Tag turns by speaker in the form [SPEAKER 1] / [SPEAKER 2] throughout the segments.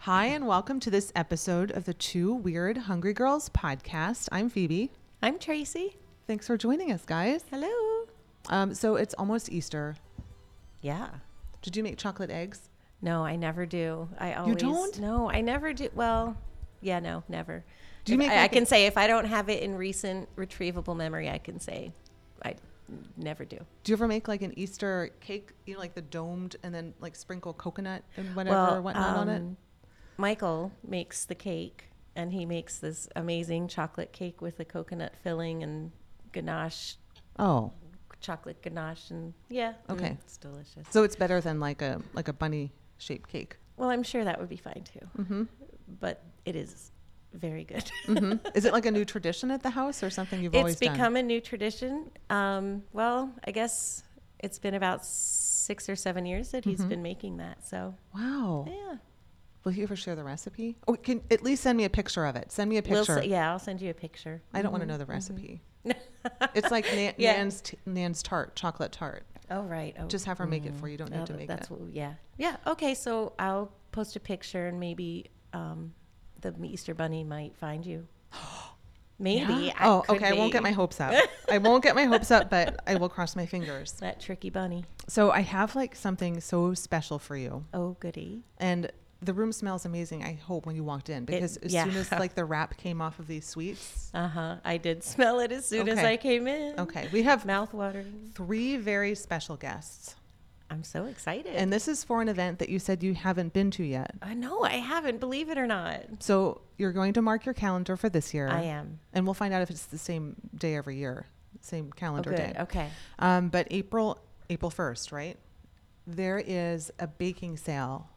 [SPEAKER 1] Hi, and welcome to this episode of the Two Weird Hungry Girls podcast. I'm Phoebe.
[SPEAKER 2] I'm Tracy.
[SPEAKER 1] Thanks for joining us, guys.
[SPEAKER 2] Hello.
[SPEAKER 1] Um, so it's almost Easter.
[SPEAKER 2] Yeah.
[SPEAKER 1] Did you make chocolate eggs?
[SPEAKER 2] No, I never do. I always
[SPEAKER 1] don't?
[SPEAKER 2] No, I never do. Well, yeah, no, never.
[SPEAKER 1] Do you
[SPEAKER 2] If
[SPEAKER 1] make
[SPEAKER 2] I, I
[SPEAKER 1] like a-
[SPEAKER 2] can say if I don't have it in recent retrievable memory, I can say I never do.
[SPEAKER 1] Do you ever make like an Easter cake, you know, like the domed and then like sprinkle coconut and whatever
[SPEAKER 2] well,
[SPEAKER 1] or whatnot on it?
[SPEAKER 2] um, Michael makes the cake, and he makes this amazing chocolate cake with a coconut filling and ganache,
[SPEAKER 1] Oh.
[SPEAKER 2] chocolate ganache, and yeah, mm,
[SPEAKER 1] Okay.
[SPEAKER 2] it's delicious.
[SPEAKER 1] So it's better than like a like a bunny shaped cake.
[SPEAKER 2] Well, I'm sure that would be fine too,
[SPEAKER 1] Mm-hmm.
[SPEAKER 2] but it is very good.
[SPEAKER 1] hmm Is it like a new tradition at the house or something you've always
[SPEAKER 2] it's
[SPEAKER 1] done?
[SPEAKER 2] become a new tradition. Um, well, I guess it's been about six or seven years that
[SPEAKER 1] Mm-hmm.
[SPEAKER 2] he's been making that. So
[SPEAKER 1] Wow.
[SPEAKER 2] yeah,
[SPEAKER 1] Will you ever share the recipe? Or can at least send me a picture of it. Send me a
[SPEAKER 2] we'll
[SPEAKER 1] picture.
[SPEAKER 2] s- yeah, I'll send you a picture.
[SPEAKER 1] I don't want to know the recipe. it's like Na-
[SPEAKER 2] Mm-hmm, Yeah.
[SPEAKER 1] Nan's t- Nan's tart, chocolate tart.
[SPEAKER 2] Oh right, oh,
[SPEAKER 1] Just have her make it for you. You Don't need
[SPEAKER 2] oh,
[SPEAKER 1] to make it.
[SPEAKER 2] that's what. Yeah, yeah. Okay, so I'll post a picture and maybe um, the Easter Bunny might find you. Maybe.
[SPEAKER 1] Yeah?
[SPEAKER 2] I
[SPEAKER 1] oh,
[SPEAKER 2] could
[SPEAKER 1] okay. I won't get
[SPEAKER 2] be
[SPEAKER 1] my hopes up. I won't get my hopes up, but I will cross my fingers.
[SPEAKER 2] that tricky bunny.
[SPEAKER 1] So I have like something so special for you,
[SPEAKER 2] Oh goody.
[SPEAKER 1] and the room smells amazing. I hope when you walked in because as
[SPEAKER 2] yeah.
[SPEAKER 1] soon as like the wrap came off of these sweets,
[SPEAKER 2] Uh huh. I did smell it as soon as
[SPEAKER 1] Okay.
[SPEAKER 2] I came in.
[SPEAKER 1] okay, we have
[SPEAKER 2] Mouth watering.
[SPEAKER 1] three very special guests,
[SPEAKER 2] I'm so excited.
[SPEAKER 1] and this is for an event that you said you haven't been to yet.
[SPEAKER 2] I know I haven't, believe it or not.
[SPEAKER 1] So you're going to mark your calendar for this year.
[SPEAKER 2] I am.
[SPEAKER 1] and we'll find out if it's the same day every year, same
[SPEAKER 2] Oh,
[SPEAKER 1] calendar
[SPEAKER 2] good.
[SPEAKER 1] day.
[SPEAKER 2] Okay.
[SPEAKER 1] Um, but April April first, right? There is a baking sale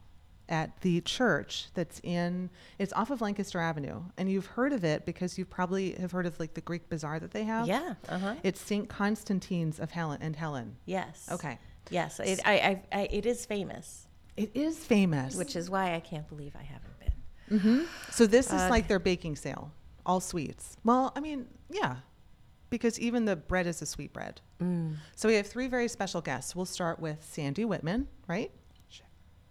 [SPEAKER 1] at the church that's in it's off of Lancaster Avenue, and you've heard of it because you probably have heard of like the Greek bazaar that they have.
[SPEAKER 2] Yeah. Uh huh.
[SPEAKER 1] It's St. Constantine's of Helen and Helen.
[SPEAKER 2] Yes.
[SPEAKER 1] Okay.
[SPEAKER 2] Yes. It, I, I, I, it is famous,
[SPEAKER 1] It is famous.
[SPEAKER 2] which is why I can't believe I haven't been.
[SPEAKER 1] so this is
[SPEAKER 2] Okay.
[SPEAKER 1] like their baking sale, all sweets. Well, I mean, yeah, because even the bread is a sweet bread.
[SPEAKER 2] Mm.
[SPEAKER 1] So we have three very special guests. We'll start with Sandy Whitman, right?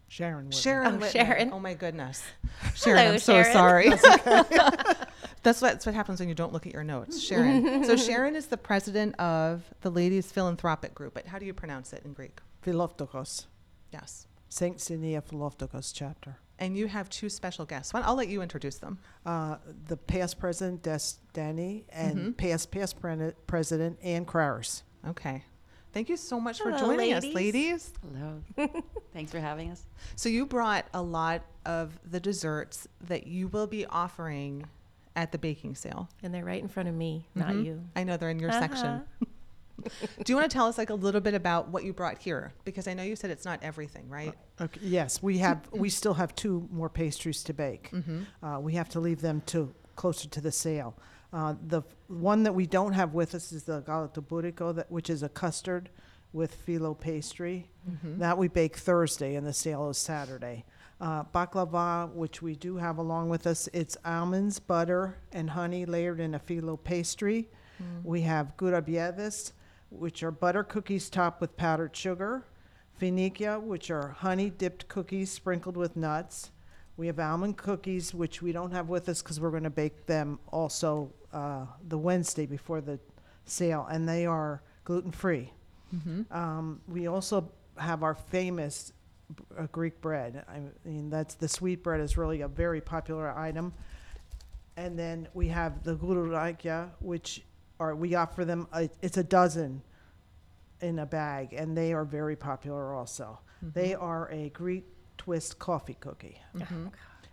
[SPEAKER 3] Sharon Woodman.
[SPEAKER 1] Sharon.
[SPEAKER 2] Oh,
[SPEAKER 1] Whitman.
[SPEAKER 2] Sharon.
[SPEAKER 1] Oh my goodness. Sharon, I'm so
[SPEAKER 2] Sharon.
[SPEAKER 1] sorry. That's what, that's what happens when you don't look at your notes. Sharon. so Sharon is the president of the Ladies Philanthropic Group, but how do you pronounce it in Greek?
[SPEAKER 3] Philoptokos.
[SPEAKER 1] Yes.
[SPEAKER 3] Saint Sinia Philoptokos chapter.
[SPEAKER 1] And you have two special guests. Well, I'll let you introduce them.
[SPEAKER 3] Uh, the past president, Des Danny, and past past pre- president, Ann Crowers.
[SPEAKER 1] Okay. Thank you so much for
[SPEAKER 2] Hello,
[SPEAKER 1] joining us, ladies.
[SPEAKER 2] ladies.
[SPEAKER 4] Hello. Thanks for having us.
[SPEAKER 1] So you brought a lot of the desserts that you will be offering at the baking sale.
[SPEAKER 2] And they're right in front of me, not you.
[SPEAKER 1] I know they're in your section.
[SPEAKER 2] Uh-huh.
[SPEAKER 1] Do you want to tell us like a little bit about what you brought here? Because I know you said it's not everything, right?
[SPEAKER 3] Okay, yes, we have. we still have two more pastries to bake. Uh, we have to leave them to closer to the sale. Uh, the f- one that we don't have with us is the galata burico, that which is a custard with filo pastry. That we bake Thursday, and the sale is Saturday. Uh, baklava, which we do have along with us, it's almonds, butter, and honey layered in a filo pastry. We have gurabieves, which are butter cookies topped with powdered sugar. Finikia, which are honey dipped cookies sprinkled with nuts. We have almond cookies, which we don't have with us because we're going to bake them also uh, the Wednesday before the sale, and they are gluten free. Um, we also have our famous b- uh, Greek bread. I mean, that's the sweet bread is really a very popular item. And then we have the gururakia, which are we offer them. A, it's a dozen in a bag, and they are very popular also. They
[SPEAKER 2] Mm-hmm.
[SPEAKER 3] are a Greek twist coffee cookie.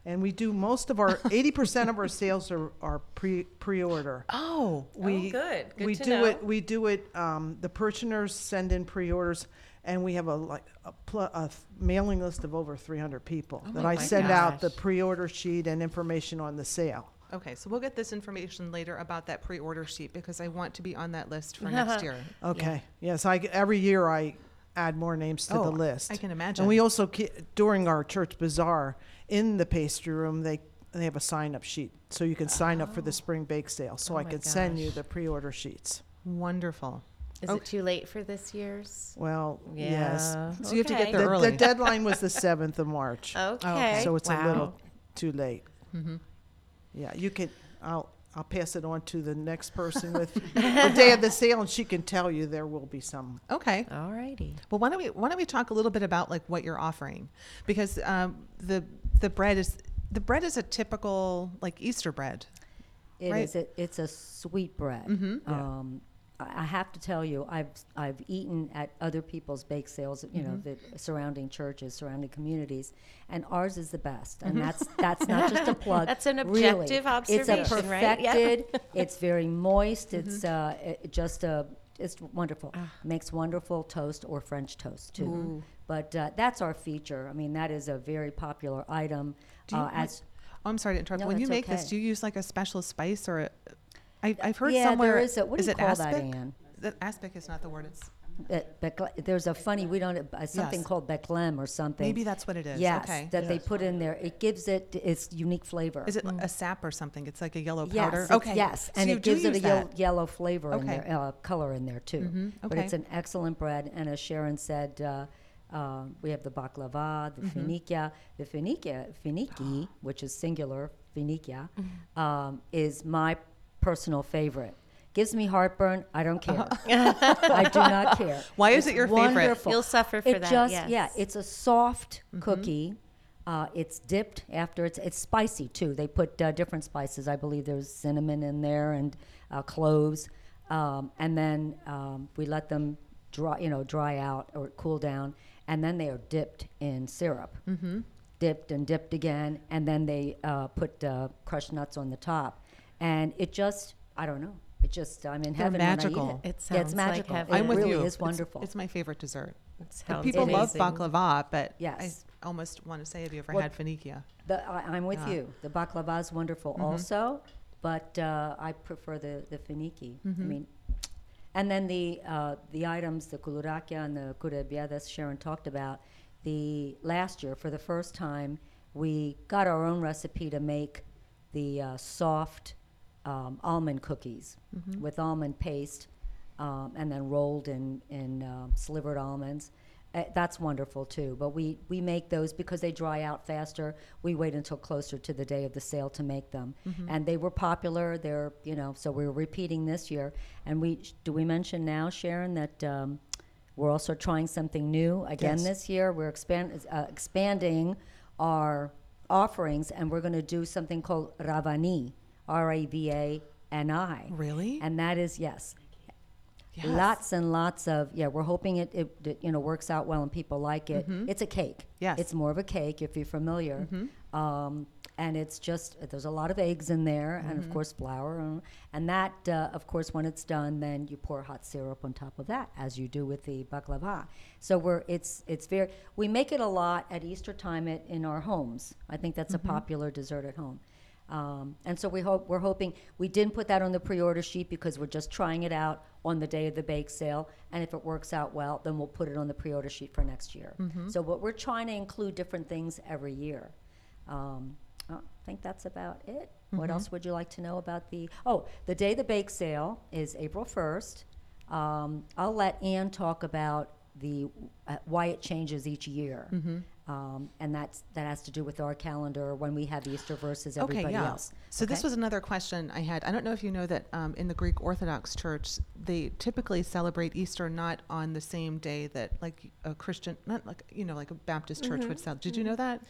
[SPEAKER 3] And we do most of our 80% of our sales are, are pre pre order.
[SPEAKER 1] Oh,
[SPEAKER 3] We,
[SPEAKER 2] good. Good
[SPEAKER 3] we
[SPEAKER 2] to
[SPEAKER 3] do
[SPEAKER 2] know.
[SPEAKER 3] it. We do it. Um, the parishioners send in pre-orders, and we have a like a, pl- a th- mailing list of over 300 people that I
[SPEAKER 2] Oh my
[SPEAKER 3] send out the
[SPEAKER 2] gosh.
[SPEAKER 3] pre-order sheet and information on the sale.
[SPEAKER 1] okay. So we'll get this information later about that pre-order sheet because I want to be on that list for next year.
[SPEAKER 3] Okay. Yes, I every year I add more names to
[SPEAKER 1] Oh,
[SPEAKER 3] the list.
[SPEAKER 1] I can imagine.
[SPEAKER 3] And we also ke- during our church bazaar in the pastry room they they have a sign up sheet so you can sign up for the spring bake sale so
[SPEAKER 2] Oh
[SPEAKER 3] I
[SPEAKER 2] my
[SPEAKER 3] can send you
[SPEAKER 2] gosh.
[SPEAKER 3] the pre-order sheets.
[SPEAKER 1] Wonderful.
[SPEAKER 2] Is it too late for this year's?
[SPEAKER 3] Well, yes.
[SPEAKER 1] So you have to get
[SPEAKER 2] Okay.
[SPEAKER 1] there Oh,
[SPEAKER 3] The,
[SPEAKER 1] early.
[SPEAKER 3] the deadline was the 7th of March.
[SPEAKER 2] Okay.
[SPEAKER 1] Okay.
[SPEAKER 3] So it's a
[SPEAKER 2] Wow.
[SPEAKER 3] little too late.
[SPEAKER 1] Mm-hmm.
[SPEAKER 3] Yeah, you can, I'll, I'll pass it on to the next person with the day of the sale, and she can tell you there will be some.
[SPEAKER 1] Okay.
[SPEAKER 2] All righty.
[SPEAKER 1] Well, why don't we why don't we talk a little bit about like what you're offering, because um, the the bread is the bread is a typical like Easter bread.
[SPEAKER 5] It is.
[SPEAKER 1] Right.
[SPEAKER 5] A, it's a sweet bread.
[SPEAKER 1] Mhm.
[SPEAKER 3] Yeah.
[SPEAKER 5] Um, I I have to tell you, I've I've eaten at other people's bake sales, you know,
[SPEAKER 1] Mm-hmm.
[SPEAKER 5] the surrounding churches, surrounding communities, and ours is the best. And
[SPEAKER 1] Mm-hmm.
[SPEAKER 5] that's that's not just a plug.
[SPEAKER 2] That's an
[SPEAKER 5] really.
[SPEAKER 2] objective
[SPEAKER 5] It's a
[SPEAKER 2] observation, right? Yeah.
[SPEAKER 5] perfected. It's very moist.
[SPEAKER 1] Mm-hmm.
[SPEAKER 5] It's uh, it- just a it's wonderful.
[SPEAKER 1] Ah.
[SPEAKER 5] Makes wonderful toast or French toast too. But uh, that's our feature. I mean, that is a very popular item.
[SPEAKER 1] Do you
[SPEAKER 5] uh,
[SPEAKER 1] like-
[SPEAKER 5] as
[SPEAKER 1] Oh, I'm sorry to interrupt.
[SPEAKER 5] No,
[SPEAKER 1] when you
[SPEAKER 5] that's
[SPEAKER 1] make this,
[SPEAKER 5] okay. Uh,
[SPEAKER 1] do you use like a special spice or? A, I, I've heard
[SPEAKER 5] yeah,
[SPEAKER 1] somewhere.
[SPEAKER 5] there is a what
[SPEAKER 1] is
[SPEAKER 5] do you
[SPEAKER 1] it
[SPEAKER 5] call
[SPEAKER 1] aspic?
[SPEAKER 5] that, Anne?
[SPEAKER 1] That aspic is not the word. It's
[SPEAKER 5] Bec- bec- uh, there's a funny we don't uh, something
[SPEAKER 1] Yes.
[SPEAKER 5] called beclem or something.
[SPEAKER 1] maybe that's what it is.
[SPEAKER 5] yes,
[SPEAKER 1] Okay.
[SPEAKER 5] that they put in there. It gives it its unique flavor.
[SPEAKER 1] Is it a sap or something? It's like a yellow
[SPEAKER 5] Mm. yes,
[SPEAKER 1] powder.
[SPEAKER 5] it's-
[SPEAKER 1] okay.
[SPEAKER 5] Yes,
[SPEAKER 1] So
[SPEAKER 5] and
[SPEAKER 1] you
[SPEAKER 5] it
[SPEAKER 1] do
[SPEAKER 5] gives it a
[SPEAKER 1] use
[SPEAKER 5] yel-
[SPEAKER 1] that.
[SPEAKER 5] yellow flavor in
[SPEAKER 1] Okay.
[SPEAKER 5] there, uh, color in there too.
[SPEAKER 1] Mhm,
[SPEAKER 5] But it's
[SPEAKER 1] okay.
[SPEAKER 5] an excellent bread, and as Sharon said, uh, uh, we have the baklava, the
[SPEAKER 1] Mm-hmm.
[SPEAKER 5] finikia. The finikia, finiki, which is singular, finikia,
[SPEAKER 1] Mm-hmm.
[SPEAKER 5] um, is my personal favorite. Gives me heartburn. I don't care. I do not care.
[SPEAKER 1] Uh-huh. Why is
[SPEAKER 5] It's
[SPEAKER 1] it your favorite?
[SPEAKER 5] wonderful.
[SPEAKER 2] You'll suffer for
[SPEAKER 5] it
[SPEAKER 2] that,
[SPEAKER 5] Just,
[SPEAKER 2] yes. Mm-hmm.
[SPEAKER 5] Yeah, it's a soft cookie. Uh, it's dipped after it's it's spicy too. They put uh, different spices. I believe there's cinnamon in there and uh, cloves, um, and then um, we let them dry, you know, dry out or cool down, and then they are dipped in syrup, mm-hmm. dipped and dipped again, and then they uh, put uh, crushed nuts on the top, and it just I don't know. It just I'm in
[SPEAKER 1] They're
[SPEAKER 5] heaven when I
[SPEAKER 1] magical.
[SPEAKER 5] eat it.
[SPEAKER 2] It
[SPEAKER 5] yeah,
[SPEAKER 2] sounds
[SPEAKER 5] it's
[SPEAKER 2] like
[SPEAKER 5] magical.
[SPEAKER 2] heaven.
[SPEAKER 5] It
[SPEAKER 1] I'm with
[SPEAKER 5] really
[SPEAKER 1] you.
[SPEAKER 5] is
[SPEAKER 1] It's-
[SPEAKER 5] wonderful.
[SPEAKER 1] It's, my favorite dessert.
[SPEAKER 2] It sounds
[SPEAKER 1] People
[SPEAKER 5] amazing.
[SPEAKER 1] love baklava, but
[SPEAKER 5] Yes.
[SPEAKER 1] I almost want to say, have you ever
[SPEAKER 5] Well,
[SPEAKER 1] had finikia?
[SPEAKER 5] The, I, I'm with
[SPEAKER 1] Yeah.
[SPEAKER 5] you. The baklava is wonderful also, but uh, I prefer the the finiki. I mean, and then the uh, the items, the kulurakia and the kurebiadas Sharon talked about. The last year, for the first time, we got our own recipe to make the uh, soft um, almond cookies with almond paste, um, and then rolled in in uh, slivered almonds. Uh, that's wonderful too. But we, we make those because they dry out faster. We wait until closer to the day of the sale to make them, and they were popular. They're you know so we're repeating this year. And we do we mention now, Sharon, that um, we're also trying something new again
[SPEAKER 3] Yes.
[SPEAKER 5] this year. We're expand uh, expanding our offerings, and we're going to do something called ravani, R A V A N I,
[SPEAKER 1] Really?
[SPEAKER 5] and that is yes. Lots and lots of yeah. We're hoping it, it it, you know works out well and people like it. It's a cake.
[SPEAKER 1] Yes.
[SPEAKER 5] it's more of a cake if you're familiar. Um, and it's just there's a lot of eggs in there, and of course flour, and, and that uh, of course when it's done, then you pour hot syrup on top of that, as you do with the baklava. So we're it's it's very we make it a lot at Easter time at, in our homes. I think that's a popular dessert at home. Um, and so we hope we're hoping we didn't put that on the pre-order sheet because we're just trying it out on the day of the bake sale. And if it works out well, then we'll put it on the pre-order sheet for next year. So what we're trying to include different things every year. Um, I think that's about it.
[SPEAKER 1] Mm-hmm.
[SPEAKER 5] What else would you like to know about the? Oh, the day of the bake sale is April first. Um, I'll let Ann talk about the uh, why it changes each year,
[SPEAKER 1] Mm-hmm.
[SPEAKER 5] um, and that's that has to do with our calendar when we have Easter versus everybody
[SPEAKER 1] okay, yeah.
[SPEAKER 5] else.
[SPEAKER 1] So this
[SPEAKER 5] Okay?
[SPEAKER 1] was another question I had. I don't know if you know that um, in the Greek Orthodox Church, they typically celebrate Easter not on the same day that like a Christian, not like you know, like a Baptist
[SPEAKER 5] Mm-hmm.
[SPEAKER 1] church would celebrate. Did you know that?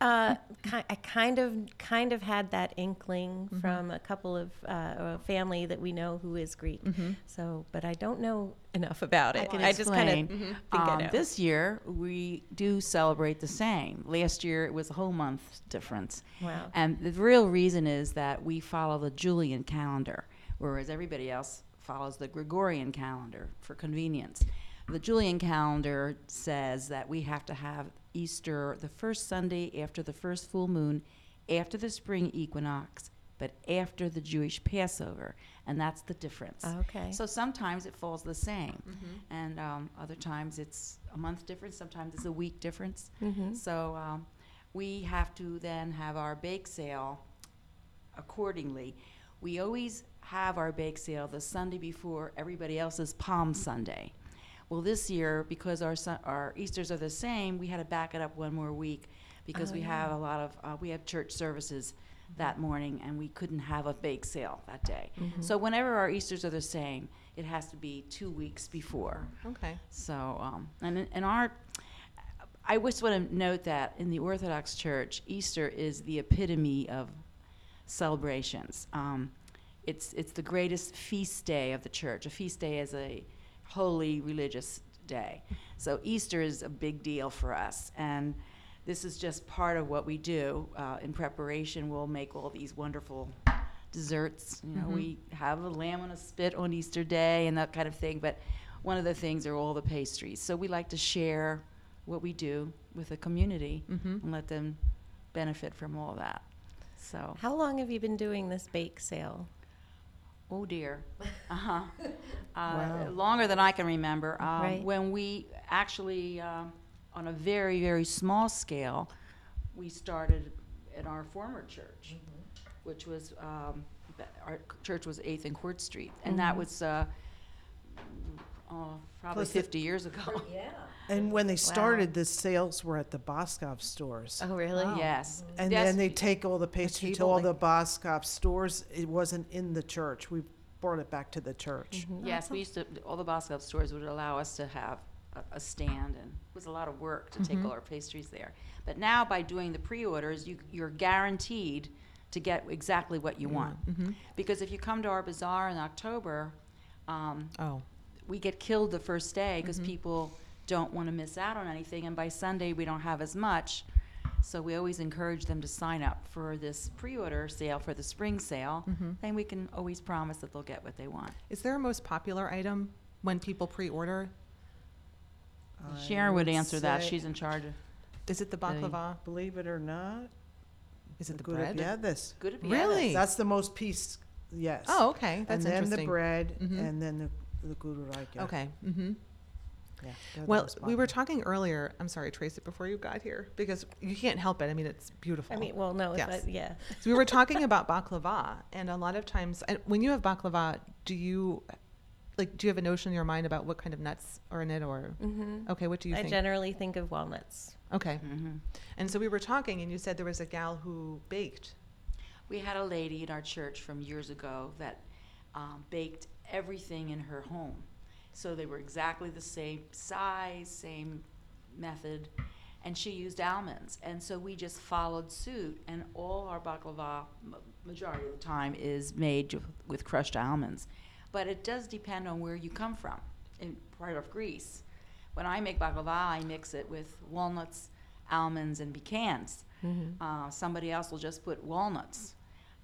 [SPEAKER 2] Uh, ki- I kind of kind of had that inkling
[SPEAKER 4] Mm-hmm.
[SPEAKER 2] from a couple of uh, a family that we know who is Greek. So, but I don't know enough about it.
[SPEAKER 4] Mm-hmm. I can
[SPEAKER 2] just kind of
[SPEAKER 4] explain.
[SPEAKER 2] think
[SPEAKER 4] Um,
[SPEAKER 2] I know.
[SPEAKER 4] This year, we do celebrate the same. Last year, it was a whole month difference.
[SPEAKER 2] Wow.
[SPEAKER 4] And the real reason is that we follow the Julian calendar, whereas everybody else follows the Gregorian calendar for convenience. The Julian calendar says that we have to have Easter the first Sunday after the first full moon, after the spring equinox, but after the Jewish Passover. And that's the difference.
[SPEAKER 2] Okay.
[SPEAKER 4] So sometimes it falls the same, and um, other times it's a month difference. Sometimes it's a week difference.
[SPEAKER 2] Mm-hmm.
[SPEAKER 4] So um, we have to then have our bake sale accordingly. We always have our bake sale the Sunday before everybody else's Palm Sunday. Well, this year because our Sun- our Easter's are the same, we had to back it up one more week because we have a lot of uh, we have church services that morning, and we couldn't have a bake sale that day. So whenever our Easter's are the same, it has to be two weeks before.
[SPEAKER 1] Okay.
[SPEAKER 4] So, um, and in- in our, I just want to note that in the Orthodox Church, Easter is the epitome of celebrations. Um, it's it's the greatest feast day of the church. A feast day is a holy religious day. So Easter is a big deal for us, and this is just part of what we do. Uh, in preparation, we'll make all these wonderful desserts. You know, we have a lamb on a spit on Easter Day and that kind of thing. But one of the things are all the pastries. So we like to share what we do with the community and let them benefit from all that. So,
[SPEAKER 2] How long have you been doing this bake sale?
[SPEAKER 4] oh dear, uh-huh. uh Longer than I can remember. Um,
[SPEAKER 2] Right.
[SPEAKER 4] When we actually, um, on a very very small scale, we started in our former church,
[SPEAKER 3] Mm-hmm.
[SPEAKER 4] which was um, th- our church was Eighth and Court Street, and
[SPEAKER 3] Mm-hmm.
[SPEAKER 4] that was. Uh, Oh, probably
[SPEAKER 3] Plus the-
[SPEAKER 4] 50 years ago.
[SPEAKER 5] Yeah.
[SPEAKER 3] And when they started, the sales were at the Boskov stores.
[SPEAKER 2] Oh, really?
[SPEAKER 4] Yes.
[SPEAKER 3] And
[SPEAKER 4] Yes,
[SPEAKER 3] then they take all the pastry to
[SPEAKER 4] table,
[SPEAKER 3] all
[SPEAKER 4] like-
[SPEAKER 3] the Boskov stores. It wasn't in the church. We brought it back to the church.
[SPEAKER 4] Yes, we used to, all the Boscov stores would allow us to have a, a stand, and it was a lot of work to take all our pastries there. But now, by doing the pre-orders, you, you're guaranteed to get exactly what you
[SPEAKER 1] Mm-hmm.
[SPEAKER 4] want. Because if you come to our bazaar in October, um,
[SPEAKER 1] Oh.
[SPEAKER 4] we get killed the first day because people don't want to miss out on anything, and by Sunday, we don't have as much. So we always encourage them to sign up for this pre-order sale for the spring
[SPEAKER 1] Mm-hmm.
[SPEAKER 4] sale, and we can always promise that they'll get what they want.
[SPEAKER 1] Is there a most popular item when people pre-order? Mm-hmm.
[SPEAKER 4] Sharon would
[SPEAKER 3] would
[SPEAKER 4] answer that.
[SPEAKER 3] say-
[SPEAKER 4] She's in charge of.
[SPEAKER 1] Is it the
[SPEAKER 4] They-
[SPEAKER 1] baklava?
[SPEAKER 3] Believe it or not,
[SPEAKER 1] Is it the
[SPEAKER 3] good
[SPEAKER 1] bread?
[SPEAKER 3] Yeah, this.
[SPEAKER 4] Good at
[SPEAKER 1] Really?
[SPEAKER 3] That's the most piece. Yes.
[SPEAKER 1] Oh, okay. That's
[SPEAKER 3] and then
[SPEAKER 1] interesting.
[SPEAKER 3] the bread,
[SPEAKER 1] Mhm.
[SPEAKER 3] and then the the gudaraika.
[SPEAKER 1] Okay. hmm
[SPEAKER 3] Yeah, they're the
[SPEAKER 1] Well,
[SPEAKER 3] most
[SPEAKER 1] we were
[SPEAKER 3] popular.
[SPEAKER 1] talking earlier. I'm sorry, Tracy, before you got here, because you can't help it. I mean, it's beautiful.
[SPEAKER 2] I mean, well, no,
[SPEAKER 1] Yes.
[SPEAKER 2] but yeah.
[SPEAKER 1] So we were talking about baklava, and a lot of times, and when you have baklava, do you like do you have a notion in your mind about what kind of nuts are in it, or
[SPEAKER 4] Mm-hmm.
[SPEAKER 1] okay, what do you
[SPEAKER 2] I
[SPEAKER 1] think?
[SPEAKER 2] generally think of walnuts.
[SPEAKER 1] okay,
[SPEAKER 4] Mhm.
[SPEAKER 1] and so we were talking, and you said there was a gal who baked.
[SPEAKER 4] We had a lady in our church from years ago that um, baked everything in her home. So they were exactly the same size, same method, and she used almonds. And so we just followed suit, and all our baklava, m- majority of the time, is made ju- with crushed almonds. But it does depend on where you come from. In part of Greece, when I make baklava, I mix it with walnuts, almonds, and pecans. Uh, somebody else will just put walnuts,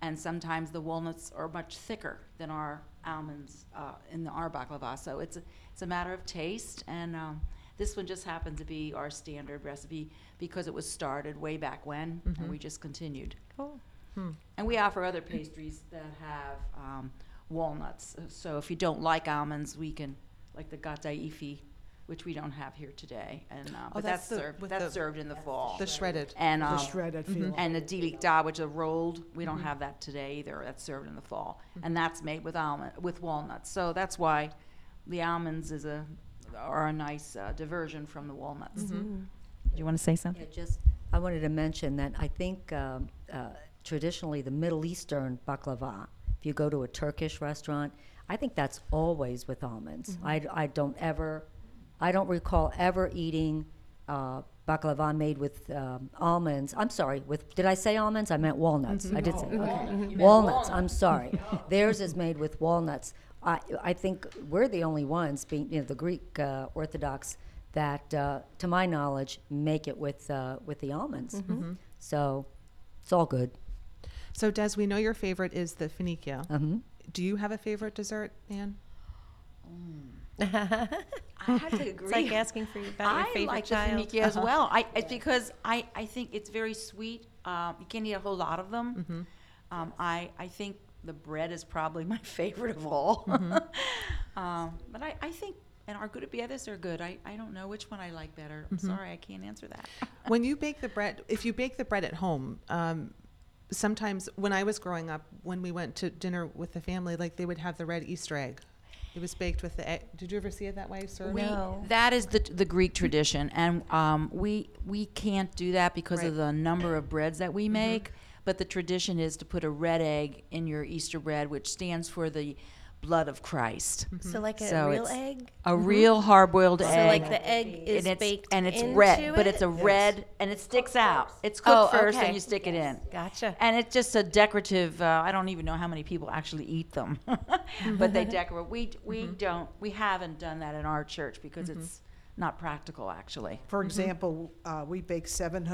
[SPEAKER 4] and sometimes the walnuts are much thicker than our almonds uh, in the our baklava. So it's a, it's a matter of taste, and um, this one just happened to be our standard recipe because it was started way back when,
[SPEAKER 1] Mm-hmm.
[SPEAKER 4] and we just continued.
[SPEAKER 2] Cool.
[SPEAKER 4] And we offer other pastries that have um, walnuts. So if you don't like almonds, we can, like the gataifi, which we don't have here today. And uh, but
[SPEAKER 1] Oh, that's
[SPEAKER 4] that's,
[SPEAKER 1] the-
[SPEAKER 4] served.
[SPEAKER 1] with
[SPEAKER 4] That's
[SPEAKER 1] the-
[SPEAKER 4] served in the fall.
[SPEAKER 1] The shredded.
[SPEAKER 4] and
[SPEAKER 3] the
[SPEAKER 4] um,
[SPEAKER 3] shredded
[SPEAKER 1] mm-hmm.
[SPEAKER 3] feeling.
[SPEAKER 4] and the dilikda, which is rolled. We don't have that today either. That's served in the fall, and that's made with almond with walnuts. So that's why the almonds is a are a nice uh, diversion from the walnuts.
[SPEAKER 2] Mm-hmm.
[SPEAKER 4] Do Mm-hmm. you want to say something?
[SPEAKER 5] Yeah, just, I wanted to mention that I think um, uh, traditionally the Middle Eastern baklava, if you go to a Turkish restaurant, I think that's always with almonds. I, I don't ever, I don't recall ever eating uh, baklava made with um, almonds. I'm sorry, with, did I say almonds? I meant walnuts. I did say, okay. Mm-hmm. Walnuts, I'm sorry. Theirs is made with walnuts. I, I think we're the only ones, being, you know, the Greek uh, Orthodox that, uh, to my knowledge, make it with uh, with the almonds. So it's all good.
[SPEAKER 1] So, Des, we know your favorite is the finikia.
[SPEAKER 5] Mhm.
[SPEAKER 1] Do you have a favorite dessert, Anne?
[SPEAKER 4] I have to agree.
[SPEAKER 2] It's like asking for your, about your
[SPEAKER 4] I
[SPEAKER 2] favorite
[SPEAKER 4] like
[SPEAKER 2] child. Uh-huh.
[SPEAKER 4] the finiki as well. I, it's because I, I think it's very sweet. Um, you can't eat a whole lot of them.
[SPEAKER 2] Mm-hmm.
[SPEAKER 4] Um, I I think the bread is probably my favorite of all.
[SPEAKER 2] Mm-hmm.
[SPEAKER 4] um, but I, I think and our good are good. I, I don't know which one I like better.
[SPEAKER 2] Mm-hmm.
[SPEAKER 4] I'm sorry, I can't answer that.
[SPEAKER 1] when you bake the bread, if you bake the bread at home, um, sometimes when I was growing up, when we went to dinner with the family, like they would have the red Easter egg. It was baked with the egg. Did you ever see it that way, sir?
[SPEAKER 4] We,
[SPEAKER 2] No.
[SPEAKER 4] That is the, the Greek tradition, and um, we we can't do that because of
[SPEAKER 1] Right.
[SPEAKER 4] the number of breads that
[SPEAKER 2] Mm-hmm.
[SPEAKER 4] we make. But the tradition is to put a red egg in your Easter bread, which stands for the blood of Christ.
[SPEAKER 2] So like a
[SPEAKER 4] Mm-hmm. So
[SPEAKER 2] real
[SPEAKER 4] it's
[SPEAKER 2] egg.
[SPEAKER 4] A real hard-boiled
[SPEAKER 2] Mm-hmm. So
[SPEAKER 4] egg.
[SPEAKER 2] like the egg is
[SPEAKER 4] and it's,
[SPEAKER 2] baked
[SPEAKER 4] and it's
[SPEAKER 2] into
[SPEAKER 4] red, but
[SPEAKER 2] it?
[SPEAKER 4] it's a red, and it sticks out. It's
[SPEAKER 2] Oh,
[SPEAKER 4] cooked first,
[SPEAKER 2] okay.
[SPEAKER 4] and you stick it in.
[SPEAKER 2] Gotcha.
[SPEAKER 4] And it's just a decorative. Uh, I don't even know how many people actually eat them, but they decorate. We we don't. We haven't done that in our church because it's not practical, actually.
[SPEAKER 1] Mm-hmm.
[SPEAKER 3] For example, uh, we bake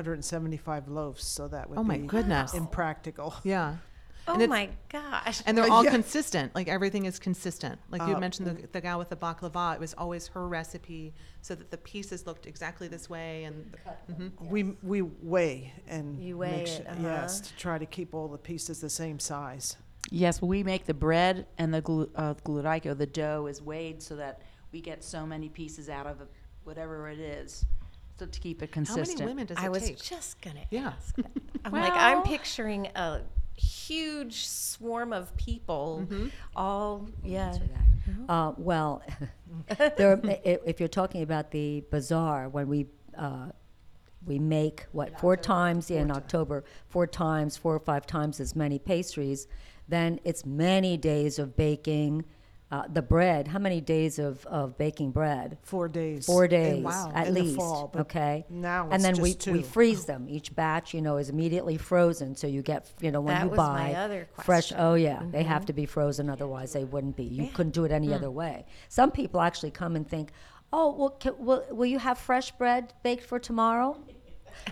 [SPEAKER 3] 775 loaves, so that would
[SPEAKER 1] Oh my
[SPEAKER 3] be
[SPEAKER 1] goodness.
[SPEAKER 3] impractical.
[SPEAKER 1] Yeah.
[SPEAKER 2] Oh
[SPEAKER 1] and it's-
[SPEAKER 2] my gosh.
[SPEAKER 1] And they're all
[SPEAKER 3] Uh, Yeah.
[SPEAKER 1] consistent. Like everything is consistent. Like you
[SPEAKER 3] Uh,
[SPEAKER 1] mentioned, the, the gal with the baklava, it was always her recipe so that the pieces looked exactly this way. And
[SPEAKER 3] We we weigh and
[SPEAKER 2] You
[SPEAKER 3] make
[SPEAKER 2] weigh
[SPEAKER 3] su-
[SPEAKER 2] it, uh-huh.
[SPEAKER 3] yes to try to keep all the pieces the same size.
[SPEAKER 4] Yes, well, we make the bread and the glu- uh, glutaico. The dough is weighed so that we get so many pieces out of whatever it is, so to keep it
[SPEAKER 1] how
[SPEAKER 4] consistent.
[SPEAKER 1] many women does
[SPEAKER 2] I
[SPEAKER 1] it
[SPEAKER 2] was
[SPEAKER 1] take?
[SPEAKER 2] just gonna
[SPEAKER 1] Yeah.
[SPEAKER 2] ask. That. I'm like I'm
[SPEAKER 4] Well-
[SPEAKER 2] picturing a huge swarm of people, all yeah.
[SPEAKER 5] answer that. Uh, well, there, i- i- if you're talking about the bazaar, when we uh, we make what four times in October, four times, four or five times as many pastries, then it's many days of baking uh, the bread. How many days of, of baking bread?
[SPEAKER 3] Four days.
[SPEAKER 5] Four days,
[SPEAKER 3] wow.
[SPEAKER 5] at
[SPEAKER 3] In the
[SPEAKER 5] least.
[SPEAKER 3] fall, but
[SPEAKER 5] okay.
[SPEAKER 3] now it's
[SPEAKER 5] and then we
[SPEAKER 3] just
[SPEAKER 5] we
[SPEAKER 3] two.
[SPEAKER 5] freeze them. Each batch, you know, is immediately frozen, so you get you know when
[SPEAKER 2] That
[SPEAKER 5] you
[SPEAKER 2] was
[SPEAKER 5] buy
[SPEAKER 2] my other
[SPEAKER 5] fresh.
[SPEAKER 2] question.
[SPEAKER 5] Oh yeah,
[SPEAKER 3] Mm-hmm.
[SPEAKER 5] they have to be frozen, otherwise they wouldn't be. You couldn't do it
[SPEAKER 3] Hmm.
[SPEAKER 5] any other way. Some people actually come and think, oh well, ca- will, will you have fresh bread baked for tomorrow?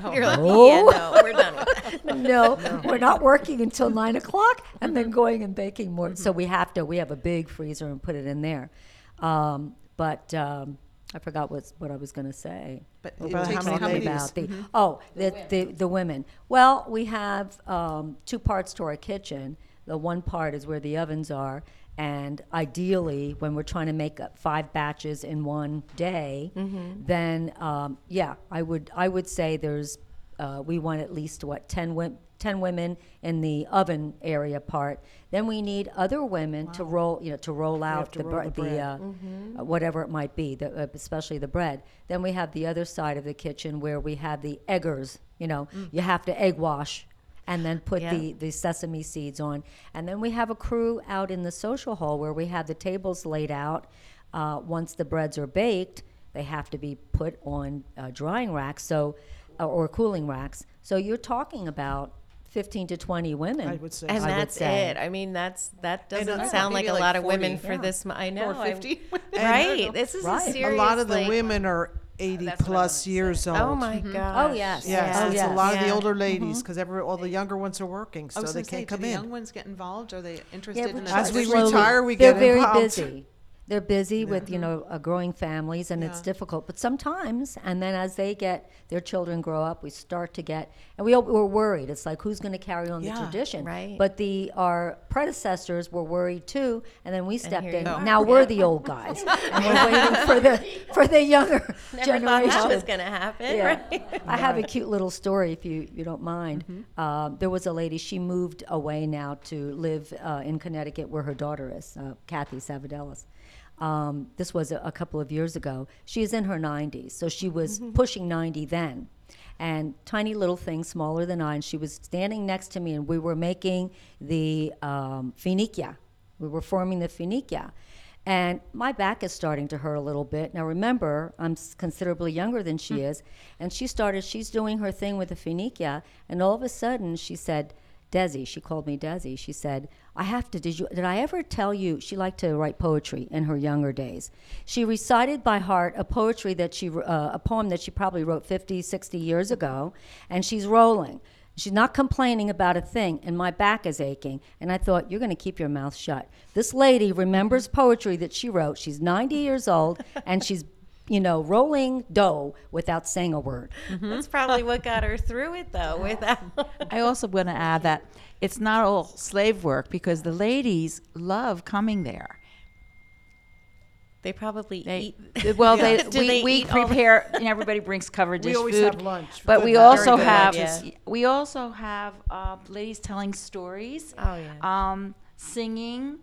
[SPEAKER 2] You're like,
[SPEAKER 3] Oh.
[SPEAKER 5] No.
[SPEAKER 2] yeah, no, we're done with that.
[SPEAKER 5] no, we're not working until nine o'clock and
[SPEAKER 3] Mm-hmm.
[SPEAKER 5] then going and baking more. So we have to, we have a big freezer and put it in there. Um, but um, I forgot what's, what I was going to say.
[SPEAKER 1] But
[SPEAKER 5] What
[SPEAKER 1] it
[SPEAKER 5] we were
[SPEAKER 1] takes
[SPEAKER 5] talking
[SPEAKER 1] how many- Mm-hmm.
[SPEAKER 5] about the, oh, the, the, the women. Well, we have um, two parts to our kitchen. The one part is where the ovens are. And ideally, when we're trying to make up five batches in one day,
[SPEAKER 1] Mm-hmm.
[SPEAKER 5] then um, yeah, I would I would say there's uh, we want at least what 10, wo- 10 women in the oven area part then we need other women to roll you know to roll out
[SPEAKER 3] to
[SPEAKER 5] the,
[SPEAKER 3] roll
[SPEAKER 5] bre-
[SPEAKER 3] the
[SPEAKER 5] the
[SPEAKER 3] bread.
[SPEAKER 5] uh, uh, whatever it might be the, uh, especially the bread then we have the other side of the kitchen where we have the eggers you know you have to egg wash and then put
[SPEAKER 2] Yeah.
[SPEAKER 5] the, the sesame seeds on. And then we have a crew out in the social hall where we have the tables laid out. Uh, once the breads are baked, they have to be put on uh, drying racks, so uh, or cooling racks. So you're talking about 15 to 20 women.
[SPEAKER 3] I would say.
[SPEAKER 2] And
[SPEAKER 5] I would
[SPEAKER 2] that's
[SPEAKER 5] say.
[SPEAKER 2] it. I mean, that's that
[SPEAKER 1] don't
[SPEAKER 2] doesn't
[SPEAKER 1] know,
[SPEAKER 2] sound like
[SPEAKER 1] maybe
[SPEAKER 2] a
[SPEAKER 1] like
[SPEAKER 2] lot of
[SPEAKER 1] 40,
[SPEAKER 2] women for
[SPEAKER 1] yeah.
[SPEAKER 2] this. m- I know.
[SPEAKER 1] Or
[SPEAKER 2] I'm-
[SPEAKER 1] 50
[SPEAKER 2] Right. This is
[SPEAKER 5] Right.
[SPEAKER 2] a
[SPEAKER 5] A
[SPEAKER 2] serious.
[SPEAKER 3] a lot of the
[SPEAKER 2] like-
[SPEAKER 3] women are 80
[SPEAKER 4] that's what I wanted
[SPEAKER 3] plus
[SPEAKER 4] to
[SPEAKER 3] years old.
[SPEAKER 2] Oh my god.
[SPEAKER 5] Oh, yes.
[SPEAKER 3] Yes,
[SPEAKER 5] Yeah.
[SPEAKER 3] it's
[SPEAKER 5] yes.
[SPEAKER 3] a lot of the
[SPEAKER 2] Yeah.
[SPEAKER 3] older ladies because every all the younger ones are working,
[SPEAKER 1] I
[SPEAKER 3] so
[SPEAKER 1] was
[SPEAKER 3] they
[SPEAKER 1] gonna say,
[SPEAKER 3] can't
[SPEAKER 1] do
[SPEAKER 3] come
[SPEAKER 1] the young
[SPEAKER 3] in.
[SPEAKER 1] ones get involved? Are they interested in the
[SPEAKER 5] try
[SPEAKER 3] As we
[SPEAKER 5] slowly.
[SPEAKER 3] retire, we
[SPEAKER 5] They're
[SPEAKER 3] get
[SPEAKER 5] very
[SPEAKER 3] involved.
[SPEAKER 5] busy. They're busy with you know uh, growing families, and it's
[SPEAKER 1] Yeah.
[SPEAKER 5] difficult. But sometimes, and then as they get their children grow up, we start to get, and we all- we're worried. It's like who's going to carry on
[SPEAKER 1] Yeah,
[SPEAKER 5] the tradition?
[SPEAKER 2] right.
[SPEAKER 5] But the our predecessors were worried too, and then we stepped
[SPEAKER 2] here
[SPEAKER 5] in.
[SPEAKER 2] you are.
[SPEAKER 5] Now we're the old guys, and we're waiting for the for the younger
[SPEAKER 2] Never thought
[SPEAKER 5] generation.
[SPEAKER 2] that was going to happen.
[SPEAKER 5] Yeah.
[SPEAKER 2] Right?
[SPEAKER 5] I have a cute little story if you, you don't mind. Um, there was a lady, she moved away now to live uh, in Connecticut where her daughter is, uh, Kathy Savadellis. Um, this was a, a couple of years ago. She is in her 90s, so she was pushing 90 then. And tiny little thing, smaller than I, and she was standing next to me, and we were making the um, finikia. We were forming the finikia. And my back is starting to hurt a little bit. Now, remember, I'm s- considerably younger than she is. And she started, she's doing her thing with the finikia. And all of a sudden, she said, Desi, she called me Desi. She said, I have to, did you, did I ever tell you, she liked to write poetry in her younger days. She recited by heart a poetry that she, wr- uh, a poem that she probably wrote 50, 60 years ago. And she's rolling. She's not complaining about a thing, and my back is aching. And I thought, you're going to keep your mouth shut. This lady remembers poetry that she wrote. She's 90 years old, and she's, you know, rolling dough without saying a word.
[SPEAKER 2] That's probably what got her through it, though. Without
[SPEAKER 4] I also want to add that it's not all slave work because the ladies love coming there.
[SPEAKER 2] they probably
[SPEAKER 4] They,
[SPEAKER 2] eat.
[SPEAKER 4] well,
[SPEAKER 2] Yeah.
[SPEAKER 4] they,
[SPEAKER 2] Do
[SPEAKER 4] we,
[SPEAKER 2] they
[SPEAKER 4] we
[SPEAKER 2] eat all the-
[SPEAKER 4] prepare, and everybody brings covered
[SPEAKER 3] We
[SPEAKER 4] dish
[SPEAKER 3] always
[SPEAKER 4] food.
[SPEAKER 3] have lunch.
[SPEAKER 4] But
[SPEAKER 3] Good
[SPEAKER 4] we
[SPEAKER 3] lunch.
[SPEAKER 2] Very
[SPEAKER 4] also
[SPEAKER 2] good
[SPEAKER 4] have
[SPEAKER 2] lunches.
[SPEAKER 4] we also have uh, ladies telling stories,
[SPEAKER 2] Oh, yeah.
[SPEAKER 4] um, singing,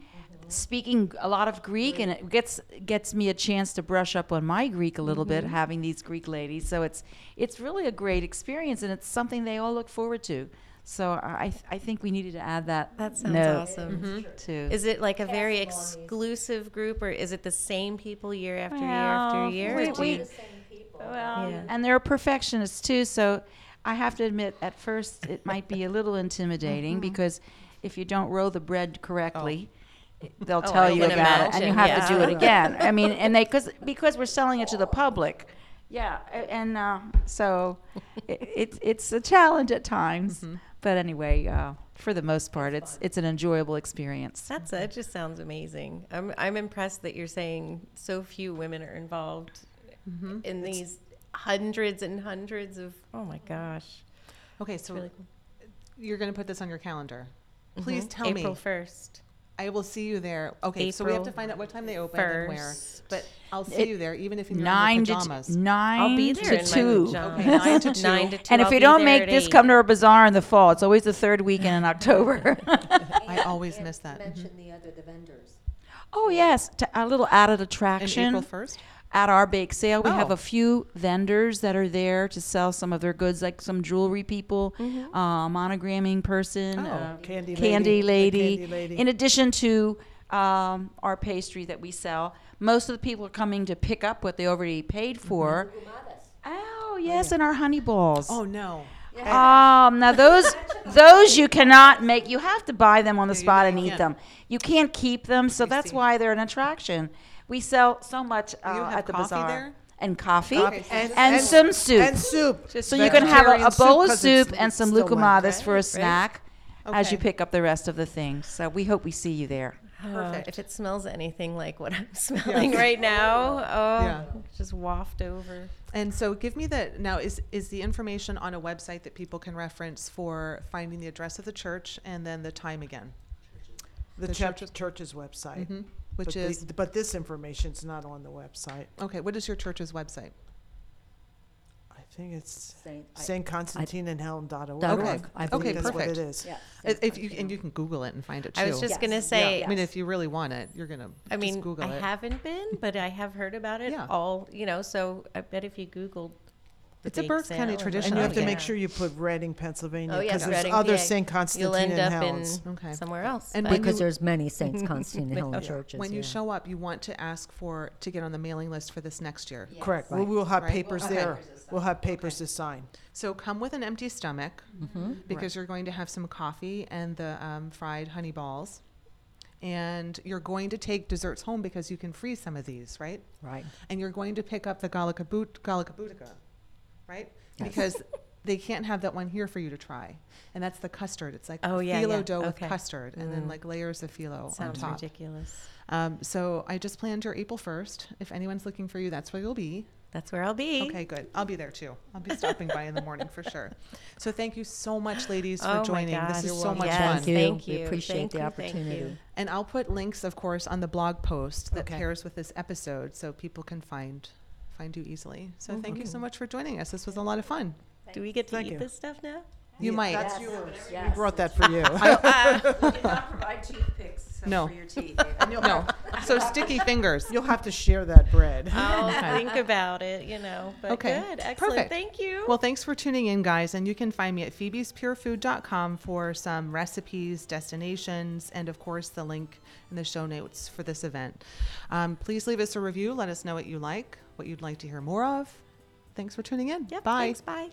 [SPEAKER 4] speaking a lot of Greek, and it gets gets me a chance to brush up on my Greek a little
[SPEAKER 2] Mm-hmm.
[SPEAKER 4] bit, having these Greek ladies. So it's it's really a great experience, and it's something they all look forward to. So I I think we needed to add that.
[SPEAKER 2] That sounds
[SPEAKER 4] note
[SPEAKER 2] awesome.
[SPEAKER 4] To
[SPEAKER 2] Mm-hmm. Is it like a very exclusive group, or is it the same people year after year
[SPEAKER 4] Well,
[SPEAKER 2] after year?
[SPEAKER 4] we-
[SPEAKER 2] Or do
[SPEAKER 4] we-
[SPEAKER 2] you- Yeah.
[SPEAKER 4] and they're perfectionists too. So I have to admit, at first, it might be a little intimidating because if you don't roll the bread correctly, they'll
[SPEAKER 2] Oh,
[SPEAKER 4] tell
[SPEAKER 2] I
[SPEAKER 4] you
[SPEAKER 2] would
[SPEAKER 4] about it, and you
[SPEAKER 2] imagine,
[SPEAKER 4] have to do
[SPEAKER 2] yeah.
[SPEAKER 4] it again. I mean, and they because because we're selling it to the public. Yeah, a- and uh, so it, it's it's a challenge at times, but anyway, uh, for the most part, it's it's an enjoyable experience.
[SPEAKER 2] That's that just sounds amazing. I'm I'm impressed that you're saying so few women are involved in these hundreds and hundreds of oh my gosh.
[SPEAKER 1] Okay, so you're going to put this on your calendar. Please tell
[SPEAKER 2] April
[SPEAKER 1] me.
[SPEAKER 2] first.
[SPEAKER 1] I will see you there. Okay, so we have to
[SPEAKER 2] April
[SPEAKER 1] find out what time they open and where.
[SPEAKER 2] 1st.
[SPEAKER 1] But I'll see
[SPEAKER 4] It-
[SPEAKER 1] you there, even if in your
[SPEAKER 4] Nine to
[SPEAKER 1] pajamas.
[SPEAKER 4] t- nine
[SPEAKER 2] I'll be
[SPEAKER 4] to
[SPEAKER 2] there in
[SPEAKER 4] two.
[SPEAKER 2] my pajamas.
[SPEAKER 1] Okay, nine to two.
[SPEAKER 2] Nine to two.
[SPEAKER 4] And if
[SPEAKER 2] I'll
[SPEAKER 4] you
[SPEAKER 2] be
[SPEAKER 4] don't
[SPEAKER 2] there
[SPEAKER 4] make
[SPEAKER 2] at
[SPEAKER 4] this,
[SPEAKER 2] eight.
[SPEAKER 4] come to our bazaar in the fall. It's always the third weekend in October.
[SPEAKER 1] I always miss that. Mm-hmm.
[SPEAKER 5] Mention the other, the vendors.
[SPEAKER 4] oh yes, t- a little added
[SPEAKER 1] And
[SPEAKER 4] attraction.
[SPEAKER 1] April 1st?
[SPEAKER 4] At our bake sale, we have
[SPEAKER 1] Oh.
[SPEAKER 4] a few vendors that are there to sell some of their goods, like some jewelry people, uh, monogramming person,
[SPEAKER 1] Oh,
[SPEAKER 4] uh,
[SPEAKER 3] Mm-hmm. Candy
[SPEAKER 4] candy
[SPEAKER 3] lady, the
[SPEAKER 4] lady.
[SPEAKER 3] candy lady.
[SPEAKER 4] In addition to um, our pastry that we sell, most of the people are coming to pick up what they already
[SPEAKER 3] Mm-hmm.
[SPEAKER 4] paid for. Oh yes, and our honey balls.
[SPEAKER 1] Oh, no.
[SPEAKER 4] Um, now those those you cannot make. You have to buy them on the
[SPEAKER 1] you
[SPEAKER 4] spot and
[SPEAKER 1] really
[SPEAKER 4] eat
[SPEAKER 1] can't.
[SPEAKER 4] them. You can't keep them, so that's
[SPEAKER 1] see.
[SPEAKER 4] why they're an attraction. We sell so much uh,
[SPEAKER 1] have
[SPEAKER 4] at the
[SPEAKER 1] coffee
[SPEAKER 4] bazaar
[SPEAKER 1] there?
[SPEAKER 4] and coffee
[SPEAKER 1] Coffee.
[SPEAKER 4] and,
[SPEAKER 1] And-
[SPEAKER 4] some soup.
[SPEAKER 3] And soup.
[SPEAKER 4] so you can have a,
[SPEAKER 3] Vegetarian
[SPEAKER 4] a bowl of
[SPEAKER 3] 'cause it's-
[SPEAKER 4] soup and
[SPEAKER 3] it's
[SPEAKER 4] some
[SPEAKER 3] still wet.
[SPEAKER 4] lucamadas for a snack as you
[SPEAKER 1] Okay.
[SPEAKER 4] pick up the rest of the thing. So we hope we see you there.
[SPEAKER 2] Perfect. if it smells anything like what I'm smelling right now, oh, just waft over.
[SPEAKER 1] And so give me the, now is, is the information on a website that people can reference for finding the address of the church and then the time again?
[SPEAKER 3] The
[SPEAKER 1] The
[SPEAKER 3] church,
[SPEAKER 1] church-
[SPEAKER 3] church's website.
[SPEAKER 1] Mm-hmm.
[SPEAKER 2] Mm-hmm.
[SPEAKER 1] Which
[SPEAKER 3] But the-
[SPEAKER 1] is,
[SPEAKER 3] But this information's not on the website.
[SPEAKER 1] okay, what is your church's website?
[SPEAKER 3] I think it's
[SPEAKER 5] Saint- I-
[SPEAKER 3] stconstantineandhelm.org.
[SPEAKER 5] Dot
[SPEAKER 1] Okay.
[SPEAKER 5] org, I
[SPEAKER 1] Okay,
[SPEAKER 5] believe.
[SPEAKER 3] That's what it
[SPEAKER 1] perfect.
[SPEAKER 3] is.
[SPEAKER 5] Yeah.
[SPEAKER 1] If if you, and you can Google it and find it too.
[SPEAKER 2] I was just
[SPEAKER 5] Yes.
[SPEAKER 2] gonna say,
[SPEAKER 1] I mean, if you really want it, you're going to
[SPEAKER 2] I
[SPEAKER 1] just
[SPEAKER 2] mean,
[SPEAKER 1] Google
[SPEAKER 2] I
[SPEAKER 1] it.
[SPEAKER 2] haven't been, but I have heard about it
[SPEAKER 1] Yeah.
[SPEAKER 2] all. You know, so I bet if you Googled, the
[SPEAKER 1] It's a
[SPEAKER 2] bake
[SPEAKER 1] Berks
[SPEAKER 2] sale
[SPEAKER 1] County
[SPEAKER 2] and the-
[SPEAKER 1] tradition.
[SPEAKER 3] And you have to
[SPEAKER 1] Okay.
[SPEAKER 3] make sure you put Reading, Pennsylvania,
[SPEAKER 2] Oh, yes,
[SPEAKER 3] because there's
[SPEAKER 2] Reading, PA.
[SPEAKER 3] other St.
[SPEAKER 2] You'll
[SPEAKER 3] Constantine
[SPEAKER 2] end
[SPEAKER 3] and
[SPEAKER 2] up in
[SPEAKER 3] Helens.
[SPEAKER 1] Okay.
[SPEAKER 2] somewhere else.
[SPEAKER 1] And
[SPEAKER 2] but-
[SPEAKER 1] when
[SPEAKER 5] Because
[SPEAKER 1] you-
[SPEAKER 5] there's many Saints Constantine and Helen churches.
[SPEAKER 1] When you
[SPEAKER 5] yeah.
[SPEAKER 1] show up, you want to ask for, to get on the mailing list for this next year.
[SPEAKER 3] Correct. Well, we'll have
[SPEAKER 1] Right.
[SPEAKER 3] papers
[SPEAKER 1] Okay.
[SPEAKER 3] there. We'll have papers to sign.
[SPEAKER 1] So come with an empty stomach
[SPEAKER 2] Mm-hmm.
[SPEAKER 1] because you're going to have some coffee and the um, fried honey balls. And you're going to take desserts home because you can freeze some of these, right?
[SPEAKER 5] Right.
[SPEAKER 1] And you're going to pick up the Gallica, boot, Gallica Butica, right? Because they can't have that one here for you to try. And that's the custard. It's like
[SPEAKER 2] Oh, yeah,
[SPEAKER 1] phyllo
[SPEAKER 2] yeah.
[SPEAKER 1] dough
[SPEAKER 2] Okay. Mm.
[SPEAKER 1] with custard and then like layers of phyllo
[SPEAKER 2] sounds
[SPEAKER 1] on top.
[SPEAKER 2] ridiculous.
[SPEAKER 1] Um, so I just planned your April 1st. If anyone's looking for you, that's where you'll be.
[SPEAKER 2] That's where I'll be.
[SPEAKER 1] Okay, good. I'll be there too. I'll be stopping by in the morning for sure. So thank you so much, ladies, for
[SPEAKER 2] Oh my
[SPEAKER 1] joining.
[SPEAKER 2] God.
[SPEAKER 1] This is
[SPEAKER 2] You're
[SPEAKER 1] so much
[SPEAKER 2] welcome.
[SPEAKER 1] fun.
[SPEAKER 5] Thank you.
[SPEAKER 2] Thank you.
[SPEAKER 5] We
[SPEAKER 2] Thank
[SPEAKER 5] appreciate the
[SPEAKER 2] you, thank you.
[SPEAKER 5] opportunity.
[SPEAKER 1] And I'll put links, of course, on the blog post that
[SPEAKER 3] Okay.
[SPEAKER 1] pairs with this episode so people can find find you easily. So
[SPEAKER 3] Oh,
[SPEAKER 1] thank you so much for joining us. This was a lot of fun.
[SPEAKER 2] Do we get to
[SPEAKER 3] Thank
[SPEAKER 2] eat
[SPEAKER 3] you.
[SPEAKER 2] this stuff now?
[SPEAKER 1] You
[SPEAKER 3] Yeah,
[SPEAKER 1] might.
[SPEAKER 3] That's yours. We
[SPEAKER 5] Yes.
[SPEAKER 3] brought that for you.
[SPEAKER 4] provide toothpicks
[SPEAKER 1] No. for
[SPEAKER 4] for
[SPEAKER 1] your
[SPEAKER 4] your teeth.
[SPEAKER 1] No. So sticky fingers.
[SPEAKER 3] You'll have to share that bread.
[SPEAKER 2] I'll
[SPEAKER 1] Okay.
[SPEAKER 2] think about it. You know, but
[SPEAKER 1] Okay.
[SPEAKER 2] good, excellent.
[SPEAKER 1] Perfect.
[SPEAKER 2] Thank you.
[SPEAKER 1] Well, thanks for tuning in, guys. And you can find me at phoebe'spurefood.com for some recipes, destinations, and of course, the link in the show notes for this event. Um, please leave us a review. Let us know what you like, what you'd like to hear more of. Thanks for tuning in.
[SPEAKER 2] yep,
[SPEAKER 1] Bye.
[SPEAKER 2] Thanks. Bye.